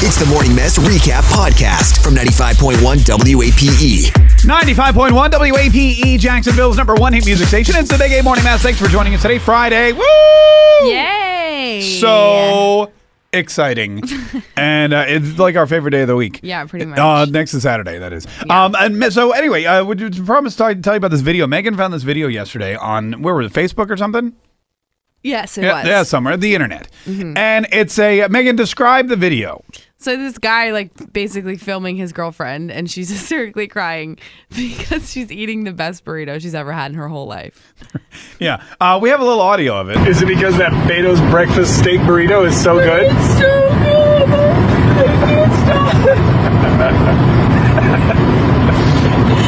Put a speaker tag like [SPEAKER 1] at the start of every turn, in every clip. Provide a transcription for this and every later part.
[SPEAKER 1] It's the Morning Mess Recap Podcast from 95.1 WAPE.
[SPEAKER 2] 95.1 WAPE, E, Jacksonville's number one hit music station. It's the Big A Morning Mass. Thanks for joining us today, Friday. Woo!
[SPEAKER 3] Yay!
[SPEAKER 2] So exciting. and uh, it's like our favorite day of the week.
[SPEAKER 3] Yeah, pretty much.
[SPEAKER 2] Uh, next is Saturday, that is.
[SPEAKER 3] Yeah.
[SPEAKER 2] Um, and ma- so anyway, uh, would you promise to tell you about this video? Megan found this video yesterday on, where was it, Facebook or something?
[SPEAKER 3] yes, it
[SPEAKER 2] Yeah,
[SPEAKER 3] was. Mm-hmm.
[SPEAKER 2] yeah, somewhere, the internet. And it's a, uh, Megan, describe the video.
[SPEAKER 3] So this guy like basically filming his girlfriend, and she's hysterically crying because she's eating the best burrito she's ever had in her whole life.
[SPEAKER 2] Yeah. Uh, we have a little audio of it.
[SPEAKER 4] Is it because that Beto's breakfast steak burrito is so good?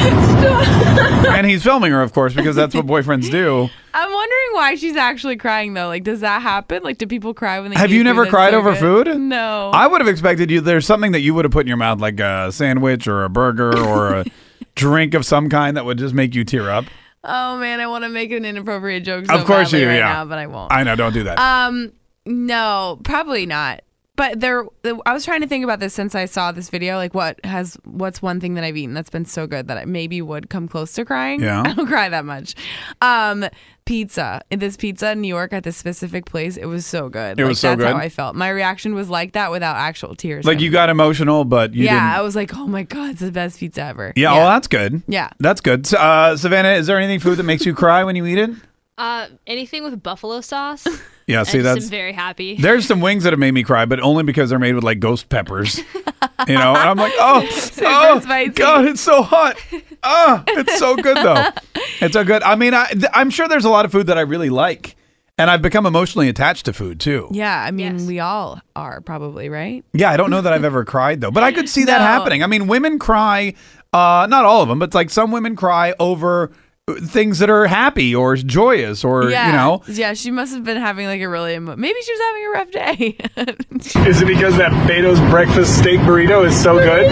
[SPEAKER 2] and he's filming her, of course, because that's what boyfriends do.
[SPEAKER 3] I'm wondering why she's actually crying though. Like, does that happen? Like, do people cry when they?
[SPEAKER 2] Have
[SPEAKER 3] eat
[SPEAKER 2] you
[SPEAKER 3] food
[SPEAKER 2] never
[SPEAKER 3] that's
[SPEAKER 2] cried
[SPEAKER 3] so
[SPEAKER 2] over
[SPEAKER 3] good?
[SPEAKER 2] food?
[SPEAKER 3] No.
[SPEAKER 2] I would have expected you. There's something that you would have put in your mouth, like a sandwich or a burger or a drink of some kind that would just make you tear up.
[SPEAKER 3] oh man, I want to make an inappropriate joke. So
[SPEAKER 2] of course
[SPEAKER 3] badly
[SPEAKER 2] you,
[SPEAKER 3] right
[SPEAKER 2] yeah.
[SPEAKER 3] now, but I won't.
[SPEAKER 2] I know. Don't do that.
[SPEAKER 3] Um, no, probably not. But there, I was trying to think about this since I saw this video. Like, what has what's one thing that I've eaten that's been so good that I maybe would come close to crying?
[SPEAKER 2] Yeah.
[SPEAKER 3] I don't cry that much. Um, pizza. This pizza in New York at this specific place, it was so good.
[SPEAKER 2] It
[SPEAKER 3] like,
[SPEAKER 2] was so
[SPEAKER 3] that's
[SPEAKER 2] good?
[SPEAKER 3] how I felt. My reaction was like that without actual tears.
[SPEAKER 2] like you got emotional, but you
[SPEAKER 3] yeah, I
[SPEAKER 2] didn't.
[SPEAKER 3] was like, oh my god, it's the best pizza ever.
[SPEAKER 2] Yeah, well, that's good.
[SPEAKER 3] Yeah.
[SPEAKER 2] that's good. So, Uh, Savannah, is there anything food that makes you cry when you eat it?
[SPEAKER 5] Uh, anything with buffalo sauce.
[SPEAKER 2] Yeah, see,
[SPEAKER 5] I just
[SPEAKER 2] that's
[SPEAKER 5] am very happy.
[SPEAKER 2] there's some wings that have made me cry, but only because they're made with like ghost peppers. You know, and I'm like, oh, oh
[SPEAKER 3] spicy.
[SPEAKER 2] God, it's so hot. Ah, it's so good though. It's so good. I mean, I, th- I'm sure there's a lot of food that I really like, and I've become emotionally attached to food too. Yeah,
[SPEAKER 3] yeah. I mean,
[SPEAKER 5] Yes.
[SPEAKER 3] we all are probably right.
[SPEAKER 2] I don't know that I've ever cried though, but I could see that
[SPEAKER 3] No.
[SPEAKER 2] happening. I mean, women cry, uh, not all of them, but like some women cry over uh, things that are happy or joyous or
[SPEAKER 3] yeah,
[SPEAKER 2] you know.
[SPEAKER 3] yeah. She must have been having like a really emo- maybe she was having a rough day.
[SPEAKER 4] Is it because that Beto's breakfast steak burrito is so good?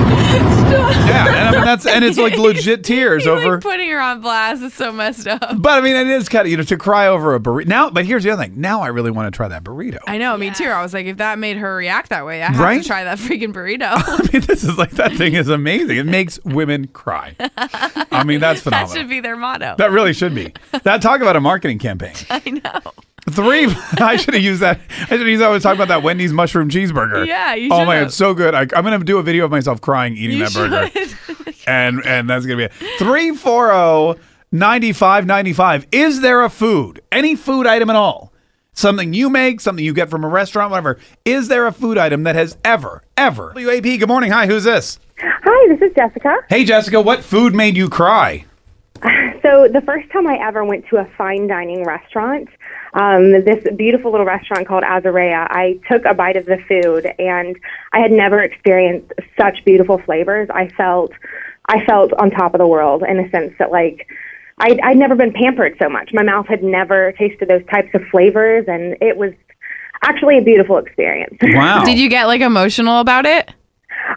[SPEAKER 2] Yeah, and I mean that's and it's like legit tears
[SPEAKER 3] You're,
[SPEAKER 2] over.
[SPEAKER 3] like putting her on blast is so messed up.
[SPEAKER 2] But I mean, it is kind of you know to cry over a burrito. Now, but here's the other thing. Now I really want to try that burrito.
[SPEAKER 3] I know, me too. I was like, if that made her react that way, I have
[SPEAKER 2] Right?
[SPEAKER 3] to try that freaking burrito.
[SPEAKER 2] I mean, this is like that thing is amazing. It makes women cry. I mean, that's
[SPEAKER 3] that
[SPEAKER 2] phenomenal.
[SPEAKER 3] should be their motto.
[SPEAKER 2] That really should be. That talk about a marketing campaign.
[SPEAKER 3] I know.
[SPEAKER 2] Three. I should have used that. I should have used that. when I was talking about that Wendy's mushroom cheeseburger.
[SPEAKER 3] Yeah, you
[SPEAKER 2] Oh my god,
[SPEAKER 3] should've.
[SPEAKER 2] it's so good. I, I'm gonna do a video of myself crying eating
[SPEAKER 3] You
[SPEAKER 2] that burger,
[SPEAKER 3] should.
[SPEAKER 2] and and that's gonna be it. Three four zero ninety five ninety five. Is there a food? Any food item at all? Something you make, something you get from a restaurant, whatever. Is there a food item that has ever, ever? WAP. Good morning. Hi. Who's this?
[SPEAKER 6] Hi, this is Jessica.
[SPEAKER 2] Hey, Jessica. What food made you cry?
[SPEAKER 6] So, the first time I ever went to a fine dining restaurant, um, this beautiful little restaurant called Azaria, I took a bite of the food and I had never experienced such beautiful flavors. I felt, I felt on top of the world in a sense that like, I'd, I'd never been pampered so much. My mouth had never tasted those types of flavors and it was actually a beautiful experience.
[SPEAKER 2] Wow.
[SPEAKER 3] Did you get like emotional about it?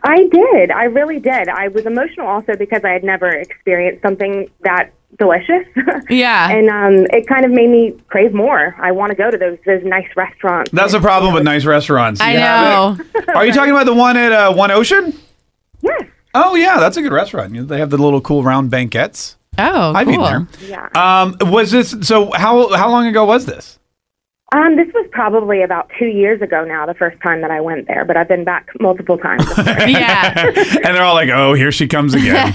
[SPEAKER 6] I did. I really did. I was emotional also because I had never experienced something that delicious.
[SPEAKER 3] Yeah.
[SPEAKER 6] and um, it kind of made me crave more. I want to go to those those nice restaurants.
[SPEAKER 2] That's the problem with nice restaurants.
[SPEAKER 3] I
[SPEAKER 2] You have
[SPEAKER 3] know.
[SPEAKER 2] it- Are you talking about the one at uh, One Ocean?
[SPEAKER 6] yes.
[SPEAKER 2] Oh yeah, that's a good restaurant. You know, They have the little cool round banquettes.
[SPEAKER 3] Oh, cool.
[SPEAKER 2] I've been there.
[SPEAKER 6] Yeah.
[SPEAKER 2] Um, was this so? How how long ago was this?
[SPEAKER 6] Um, this was probably about two years ago now, the first time that I went there, but I've been back multiple times.
[SPEAKER 3] Yeah.
[SPEAKER 2] and they're all like, "Oh, here she comes again.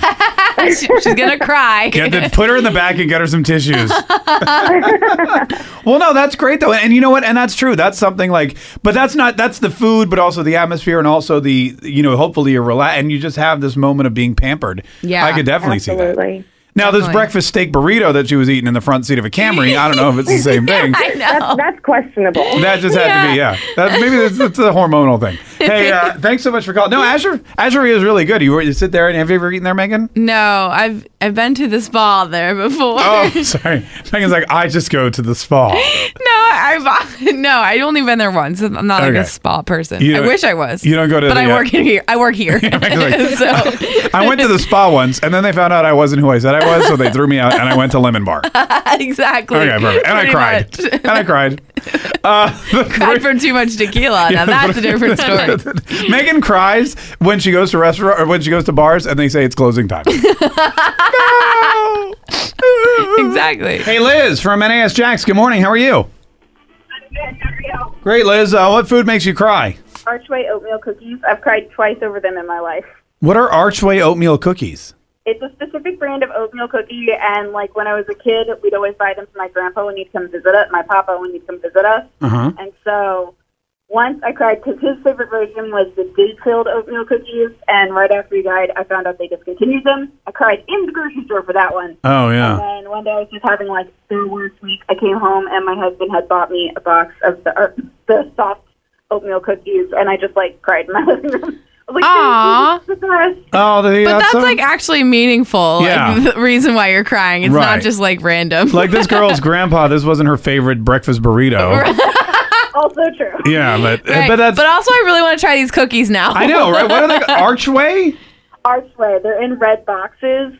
[SPEAKER 3] She- she's gonna cry.
[SPEAKER 2] Get to put her in the back and get her some tissues." well, no, that's great though, and you know what? And that's true. That's something like, but that's not that's the food, but also the atmosphere, and also the you know, hopefully you're relaxed, and you just have this moment of being pampered.
[SPEAKER 3] Yeah,
[SPEAKER 2] I could definitely see that.
[SPEAKER 6] Absolutely.
[SPEAKER 2] Now, this
[SPEAKER 3] Definitely.
[SPEAKER 2] breakfast steak burrito that she was eating in the front seat of a Camry, I don't know if it's the same thing.
[SPEAKER 3] I know.
[SPEAKER 6] That's, that's questionable.
[SPEAKER 2] That just had to be, yeah. That, maybe it's, it's a hormonal thing. Hey, uh, thanks so much for calling. No, Azure, Azure is really good. You, you sit there and have you ever eaten there, Megan?
[SPEAKER 3] No, I've I've been to the spa there before.
[SPEAKER 2] Oh, sorry. Megan's like, I just go to the spa.
[SPEAKER 3] No, I've no, I've only been there once. I'm not like
[SPEAKER 2] Okay.
[SPEAKER 3] a spa person.
[SPEAKER 2] You
[SPEAKER 3] I
[SPEAKER 2] don't-
[SPEAKER 3] wish I was.
[SPEAKER 2] you don't go to
[SPEAKER 3] But
[SPEAKER 2] the,
[SPEAKER 3] I
[SPEAKER 2] uh,
[SPEAKER 3] work here. I work here.
[SPEAKER 2] Megan's
[SPEAKER 3] so
[SPEAKER 2] I went to the spa once, and then they found out I wasn't who I said I was, so they threw me out, and I went to Lemon Bar.
[SPEAKER 3] exactly.
[SPEAKER 2] Okay, perfect. And I
[SPEAKER 3] Pretty
[SPEAKER 2] cried.
[SPEAKER 3] much.
[SPEAKER 2] And I cried. Uh, the
[SPEAKER 3] Cried from too much tequila. Now that's a different story.
[SPEAKER 2] Megan cries when she goes to restaurant or when she goes to bars and they say it's closing time. no.
[SPEAKER 3] exactly.
[SPEAKER 2] Hey Liz from NAS Jacks. Good morning. How are you? Great, Liz. Uh, what food makes you cry?
[SPEAKER 7] Archway oatmeal cookies. I've cried twice over them in my life.
[SPEAKER 2] What are Archway oatmeal cookies?
[SPEAKER 7] It's a specific brand of oatmeal cookie, and like when I was a kid, we'd always buy them for my grandpa when he'd come visit us, my papa when he'd come visit us.
[SPEAKER 2] Uh-huh.
[SPEAKER 7] And so once I cried because his favorite version was the date-filled oatmeal cookies, and right after he died, I found out they discontinued them. I cried in the grocery store for that one.
[SPEAKER 2] Oh yeah.
[SPEAKER 7] And one day I was just having like the worst week. I came home and my husband had bought me a box of the er, the soft oatmeal cookies, and I just like cried in my living room. I was like,
[SPEAKER 3] Aw.
[SPEAKER 7] "Thank you, this is the best."
[SPEAKER 2] Oh, they,
[SPEAKER 3] But that's
[SPEAKER 2] so-
[SPEAKER 3] like actually meaningful.
[SPEAKER 2] Yeah.
[SPEAKER 3] Like, the reason why you're crying. It's
[SPEAKER 2] Right.
[SPEAKER 3] not just like random.
[SPEAKER 2] like this girl's grandpa. This wasn't her favorite breakfast burrito.
[SPEAKER 7] Also true.
[SPEAKER 2] yeah, but
[SPEAKER 3] Right.
[SPEAKER 2] but that's.
[SPEAKER 3] also, I really want to try these cookies now.
[SPEAKER 2] I know, right? What are they? Archway.
[SPEAKER 7] Archway. They're in red boxes.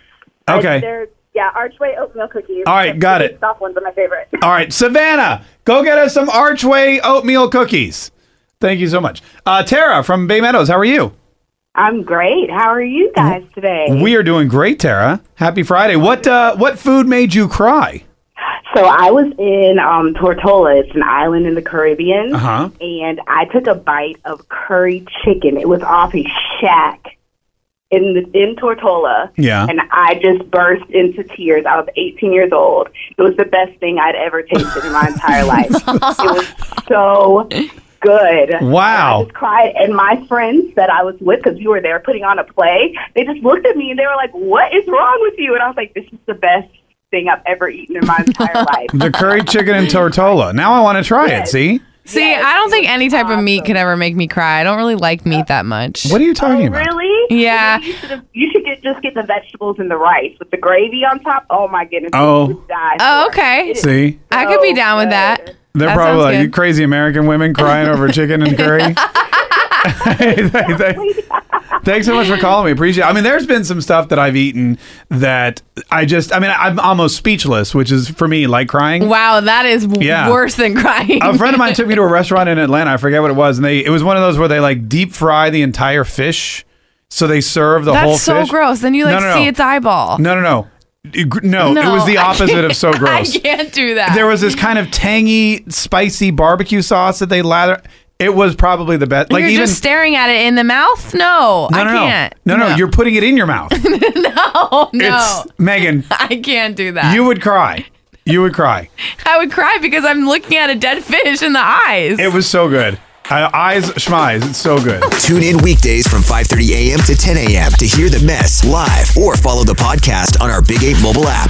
[SPEAKER 7] I-
[SPEAKER 2] Okay.
[SPEAKER 7] They're yeah, Archway oatmeal cookies.
[SPEAKER 2] All right,
[SPEAKER 7] The
[SPEAKER 2] got
[SPEAKER 7] big
[SPEAKER 2] it.
[SPEAKER 7] Soft ones are my favorite.
[SPEAKER 2] All right, Savannah, go get us some Archway oatmeal cookies. Thank you so much. Uh, Tara from Bay Meadows, how are you?
[SPEAKER 7] I'm great. How are you guys
[SPEAKER 2] Mm-hmm.
[SPEAKER 7] today?
[SPEAKER 2] We are doing great, Tara. Happy Friday. What uh, what food made you cry?
[SPEAKER 8] So I was in um, Tortola. It's an island in the Caribbean,
[SPEAKER 2] huh.
[SPEAKER 8] and I took a bite of curry chicken. It was off his shack in the, in Tortola.
[SPEAKER 2] Yeah.
[SPEAKER 8] and I just burst into tears. I was 18 years old. It was the best thing I'd ever tasted in my entire life. It was so good.
[SPEAKER 2] Wow.
[SPEAKER 8] I just cried, and my friends that I was with, because we were there putting on a play, they just looked at me and they were like, "What is wrong with you?" And I was like, "This is the best." Thing I've ever eaten in my entire life.
[SPEAKER 2] The curry chicken and tortola. Now I want to try it. See,
[SPEAKER 3] See, I don't think any type of meat could ever make me cry. I don't really like meat that much.
[SPEAKER 2] what are you
[SPEAKER 3] Oh,
[SPEAKER 2] talking about?
[SPEAKER 8] Really?
[SPEAKER 3] Yeah.
[SPEAKER 8] Well, then You, should've- you should get just get the vegetables and the rice with the gravy on top. Oh my goodness!
[SPEAKER 2] Oh.
[SPEAKER 8] you would die
[SPEAKER 3] Oh,
[SPEAKER 8] for it.
[SPEAKER 3] okay.
[SPEAKER 8] It is
[SPEAKER 2] See,
[SPEAKER 3] I could be
[SPEAKER 8] so
[SPEAKER 3] down with that.
[SPEAKER 8] good.
[SPEAKER 2] they're
[SPEAKER 3] That
[SPEAKER 2] probably
[SPEAKER 3] sounds
[SPEAKER 2] like
[SPEAKER 3] good.
[SPEAKER 2] crazy American women crying over chicken and curry. Thanks so much for calling me. Appreciate. It. I mean, there's been some stuff that I've eaten that I just. I mean, I'm almost speechless, which is for me like crying.
[SPEAKER 3] Wow, that is w-
[SPEAKER 2] Yeah.
[SPEAKER 3] worse than crying.
[SPEAKER 2] a friend of mine took me to a restaurant in Atlanta. I forget what it was, and they it was one of those where they like deep fry the entire fish, so they serve the whole
[SPEAKER 3] That's
[SPEAKER 2] fish.
[SPEAKER 3] so gross. Then you
[SPEAKER 2] No,
[SPEAKER 3] like
[SPEAKER 2] no, no.
[SPEAKER 3] see its eyeball.
[SPEAKER 2] No, no, no, It gr- no, It was the
[SPEAKER 3] I
[SPEAKER 2] opposite of so
[SPEAKER 3] can't-
[SPEAKER 2] gross.
[SPEAKER 3] I can't do that.
[SPEAKER 2] There was this kind of tangy, spicy barbecue sauce that they lather. It was probably the best. Like
[SPEAKER 3] You're
[SPEAKER 2] even
[SPEAKER 3] just staring at it in the mouth. No,
[SPEAKER 2] no,
[SPEAKER 3] I
[SPEAKER 2] no,
[SPEAKER 3] can't.
[SPEAKER 2] no, no, no. You're putting it in your mouth.
[SPEAKER 3] oh, no,
[SPEAKER 2] It's Megan.
[SPEAKER 3] I can't do that.
[SPEAKER 2] You would cry. You would cry.
[SPEAKER 3] I would cry because I'm looking at a dead fish in the eyes.
[SPEAKER 2] It was so good. Uh, eyes, schmies. It's so good.
[SPEAKER 1] Tune in weekdays from 5:30 a.m. to 10 a.m. to hear the mess live or follow the podcast on our Big 8 mobile app.